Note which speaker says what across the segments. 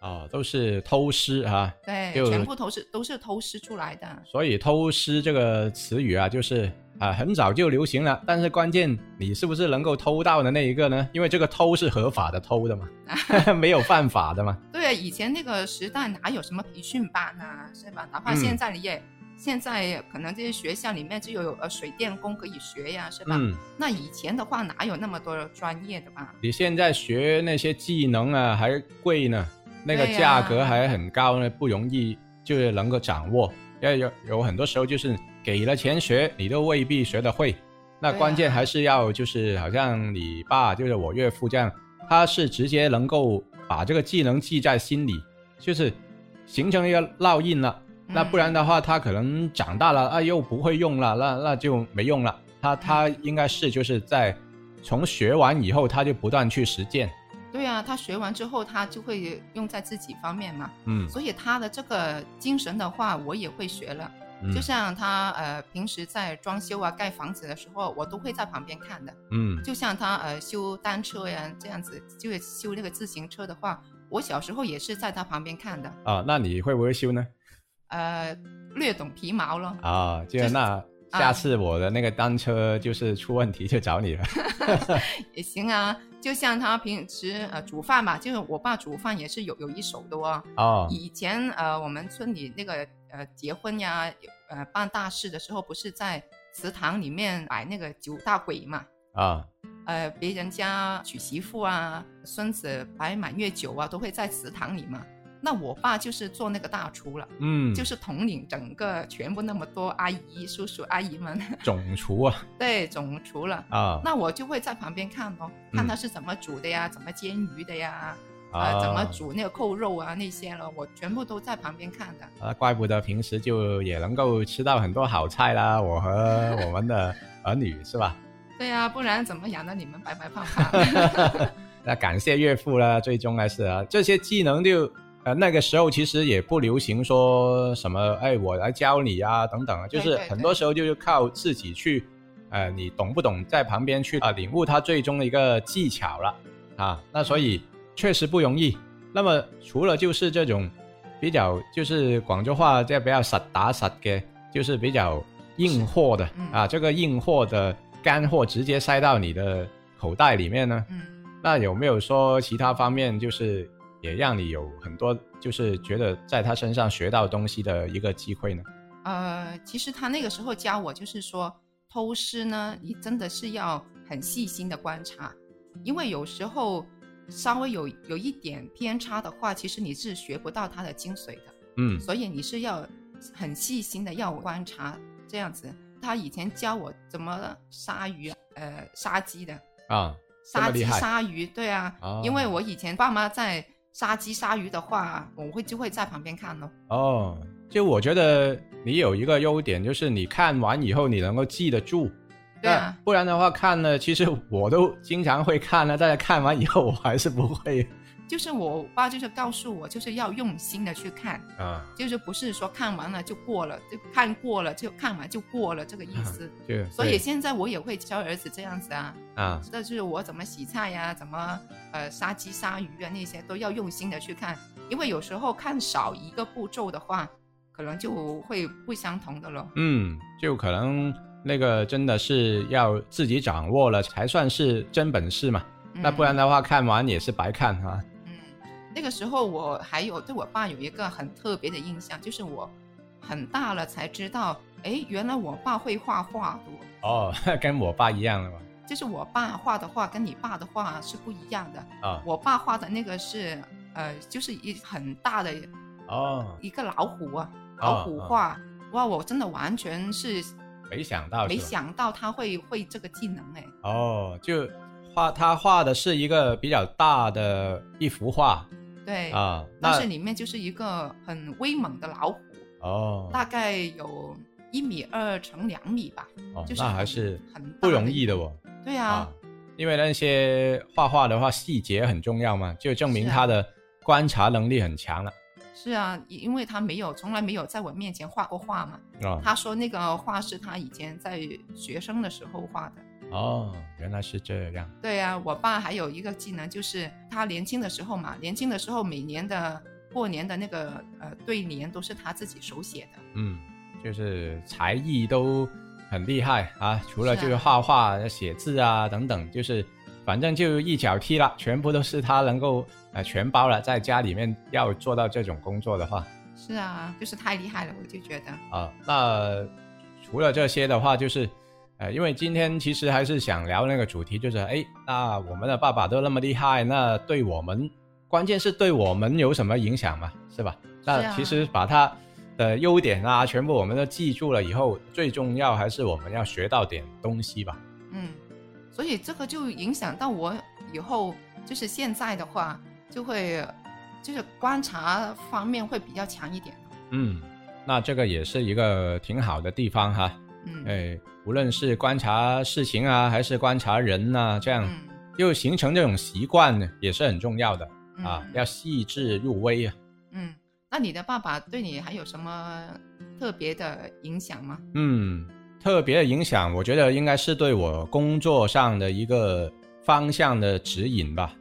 Speaker 1: 啊，都是偷师啊，
Speaker 2: 对，
Speaker 1: 就
Speaker 2: 全部都是都是偷师出来的。
Speaker 1: 所以“偷师”这个词语啊，就是啊很早就流行了，但是关键你是不是能够偷到的那一个呢？因为这个“偷”是合法的偷的嘛， 没有犯法的嘛。
Speaker 2: 对，以前那个时代哪有什么培训班啊，是吧？哪怕
Speaker 1: 嗯
Speaker 2: 现在你也，现在可能这些学校里面就有呃水电工可以学呀，是吧？
Speaker 1: 嗯，
Speaker 2: 那以前的话哪有那么多专业的吧？
Speaker 1: 你现在学那些技能啊还贵呢，那个
Speaker 2: 对呀
Speaker 1: 价格还很高呢，不容易就是能够掌握。因为有有很多时候就是给了钱学，你都未必学得会。那
Speaker 2: 对呀
Speaker 1: 关键还是要就是好像你爸就是我岳父这样，他是直接能够把这个技能记在心里，就是形成一个烙印了。
Speaker 2: 嗯
Speaker 1: 那不然的话，他可能长大了啊，又不会用了，那那就没用了。
Speaker 2: 嗯
Speaker 1: 他他应该是就是在从学完以后，他就不断去实践。
Speaker 2: 对啊，他学完之后他就会用在自己方面嘛。
Speaker 1: 嗯，
Speaker 2: 所以他的这个精神的话，我也会学了。
Speaker 1: 嗯
Speaker 2: 就像他呃平时在装修啊、盖房子的时候，我都会在旁边看的。
Speaker 1: 嗯
Speaker 2: 就像他呃修单车呀这样子，就是修那个自行车的话，我小时候也是在他旁边看的，
Speaker 1: 啊，那你会不会修呢？
Speaker 2: 呃，略懂皮毛咯。
Speaker 1: 啊，就
Speaker 2: 就是
Speaker 1: 那
Speaker 2: 啊
Speaker 1: 下次我的那个单车就是出问题就找你 了。
Speaker 2: 也行啊。就像他平时呃煮饭吧，就是我爸煮饭也是有有一手的哦。
Speaker 1: 哦，
Speaker 2: 以前呃我们村里那个呃结婚呀，呃办大事的时候，不是在祠堂里面摆那个九大簋嘛？
Speaker 1: 啊，
Speaker 2: 呃，别人家娶媳妇啊，孙子摆满月酒啊，都会在祠堂里嘛。那我爸就是做那个大厨了，
Speaker 1: 嗯，
Speaker 2: 就是统领整个全部那么多阿姨、叔叔、阿姨们，
Speaker 1: 总厨啊
Speaker 2: 对，总厨了。
Speaker 1: 啊
Speaker 2: 那我就会在旁边看咯，
Speaker 1: 嗯
Speaker 2: 看他是怎么煮的呀，怎么煎鱼的呀，
Speaker 1: 啊，
Speaker 2: 呃，怎么煮那个扣肉啊那些咯，我全部都在旁边看的。
Speaker 1: 啊，怪不得平时就也能够吃到很多好菜啦。我和我们的儿女是吧？
Speaker 2: 对呀、不然怎么养得你们白白胖胖？
Speaker 1: 那感谢岳父啦，最终还是啊，这些技能就呃那个时候其实也不流行说什么哎我来教你啊等等啊，就
Speaker 2: 对
Speaker 1: 是
Speaker 2: 对
Speaker 1: 很
Speaker 2: 对
Speaker 1: 多时候就是靠自己去，呃你懂不懂在旁边去啊、领悟它最终的一个技巧了啊，那所以
Speaker 2: 嗯
Speaker 1: 确实不容易。那么除了就是这种比较就是广州话这比较实打实嘅，就是比较硬货的、
Speaker 2: 嗯
Speaker 1: 啊，这个硬货的干货直接塞到你的口袋里面呢，
Speaker 2: 嗯，
Speaker 1: 那有没有说其他方面，就是也让你有很多，就是觉得在他身上学到东西的一个机会呢？
Speaker 2: 呃，其实他那个时候教我就是说，偷师呢，你真的是要很细心的观察，因为有时候稍微有有一点偏差的话，其实你是学不到它的精髓的。
Speaker 1: 嗯
Speaker 2: 所以你是要很细心的要观察这样子。他以前教我怎么杀鱼，呃，杀鸡的，
Speaker 1: 啊，这么
Speaker 2: 杀
Speaker 1: 厉
Speaker 2: 鸡
Speaker 1: 害
Speaker 2: 杀鱼，对啊，
Speaker 1: 哦
Speaker 2: 因为我以前爸妈在杀鸡杀鱼的话，我会就会在旁边看咯。
Speaker 1: 哦，就我觉得你有一个优点，就是你看完以后你能够记得住。
Speaker 2: 对啊
Speaker 1: 那不然的话看了，其实我都经常会看了，但是看完以后我还是不会
Speaker 2: 就是我爸就是告诉我，就是要用心的去看，
Speaker 1: 啊，
Speaker 2: 就是不是说看完了就过了，就看过了就看完就过了这个意思。
Speaker 1: 就
Speaker 2: 所以
Speaker 1: 嗯对
Speaker 2: 现在我也会教儿子这样子啊，
Speaker 1: 啊，
Speaker 2: 这就是我怎么洗菜呀、怎么呃杀鸡杀鱼啊那些都要用心的去看，因为有时候看少一个步骤的话，可能就会不相同 的了。
Speaker 1: 嗯，就可能那个真的是要自己掌握了才算是真本事嘛。那不然
Speaker 2: 呢？
Speaker 1: 的话，看完也是白看哈、
Speaker 2: 嗯，那个时候我还有对我爸有一个很特别的印象，就是我很大了才知道，哎，原来我爸会画画的
Speaker 1: 哦，
Speaker 2: 哦。
Speaker 1: 跟我爸一样了嘛。
Speaker 2: 就是我爸画的画跟你爸的画是不一样的。
Speaker 1: 啊，
Speaker 2: 我爸画的那个是，呃，就是一很大的
Speaker 1: 哦，
Speaker 2: 一个老虎啊，老虎画，哇，我真的完全是
Speaker 1: 没想到，
Speaker 2: 没。想到他会会这个技能哎，
Speaker 1: 哦，就画他画的是一个比较大的一幅画
Speaker 2: 对，
Speaker 1: 啊，
Speaker 2: 但
Speaker 1: 那
Speaker 2: 是里面就是一个很威猛的老虎，
Speaker 1: 哦，
Speaker 2: 大概有一米二乘两米吧，
Speaker 1: 哦
Speaker 2: 就是
Speaker 1: 那还
Speaker 2: 很
Speaker 1: 是
Speaker 2: 很大
Speaker 1: 不
Speaker 2: 的
Speaker 1: 容
Speaker 2: 一
Speaker 1: 易的哦
Speaker 2: 个，对啊，
Speaker 1: 啊，因为那些画画的话细节很重要嘛，就证明
Speaker 2: 是啊
Speaker 1: 他的观察能力很强了
Speaker 2: 是啊，因因为他没有从来没有在我面前画过画嘛，
Speaker 1: 啊。
Speaker 2: 他说那个画是他以前在学生的时候画的。
Speaker 1: 哦，原来是这样。
Speaker 2: 对啊，我爸还有一个技能，就是他年轻的时候嘛，年轻的时候每年的过年的那个呃对联都是他自己手写的。
Speaker 1: 嗯，就是才艺都很厉害啊，除了
Speaker 2: 是啊
Speaker 1: 就是画画、写字啊等等，就是反正就一脚踢了，全部都是他能够呃全包了。在家里面要做到这种工作的话
Speaker 2: 是啊，就是太厉害了，我就觉得
Speaker 1: 啊，那除了这些的话，就是呃，因为今天其实还是想聊那个主题，就是哎，那我们的爸爸都那么厉害，那对我们，关键是对我们有什么影响嘛，是吧？
Speaker 2: 是
Speaker 1: 那
Speaker 2: 啊
Speaker 1: 其实把他的优点啊，全部我们都记住了以后，最重要还是我们要学到点东西吧。
Speaker 2: 嗯，所以这个就影响到我以后，就是现在的话，就会就是观察方面会比较强一点。
Speaker 1: 嗯，那这个也是一个挺好的地方哈。
Speaker 2: 嗯，
Speaker 1: 哎，无论是观察事情啊，还是观察人呐、这样
Speaker 2: 嗯
Speaker 1: 又形成这种习惯呢，也是很重要的
Speaker 2: 嗯
Speaker 1: 啊，要细致入微啊。
Speaker 2: 嗯，那你的爸爸对你还有什么特别的影响吗？
Speaker 1: 嗯，特别的影响，我觉得应该是对我工作上的一个方向的指引吧。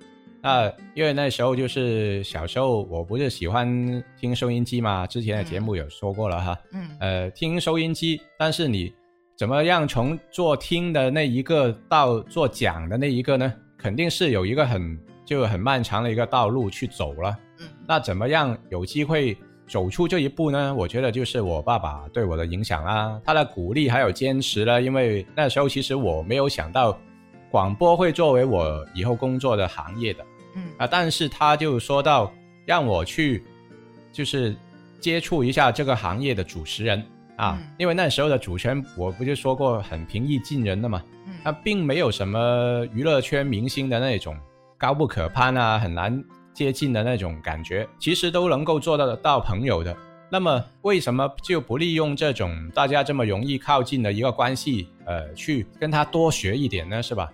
Speaker 1: 那因为那时候就是小时候，我不是喜欢听收音机嘛，之前的节目有说过了哈。
Speaker 2: 嗯
Speaker 1: 呃，听收音机，但是你怎么样从做听的那一个到做讲的那一个呢？肯定是有一个很就很漫长的一个道路去走了。
Speaker 2: 嗯
Speaker 1: 那怎么样有机会走出这一步呢？我觉得就是我爸爸对我的影响啦，他的鼓励还有坚持啦。因为那时候其实我没有想到广播会作为我以后工作的行业的
Speaker 2: 嗯
Speaker 1: 啊，但是他就说到让我去就是接触一下这个行业的主持人啊，
Speaker 2: 嗯
Speaker 1: 因为那时候的主持人我不就说过很平易近人的嘛，
Speaker 2: 嗯
Speaker 1: 他并没有什么娱乐圈明星的那种高不可攀啊，很难接近的那种感觉，其实都能够做到到朋友的。那么为什么就不利用这种大家这么容易靠近的一个关系，呃，去跟他多学一点呢？是吧？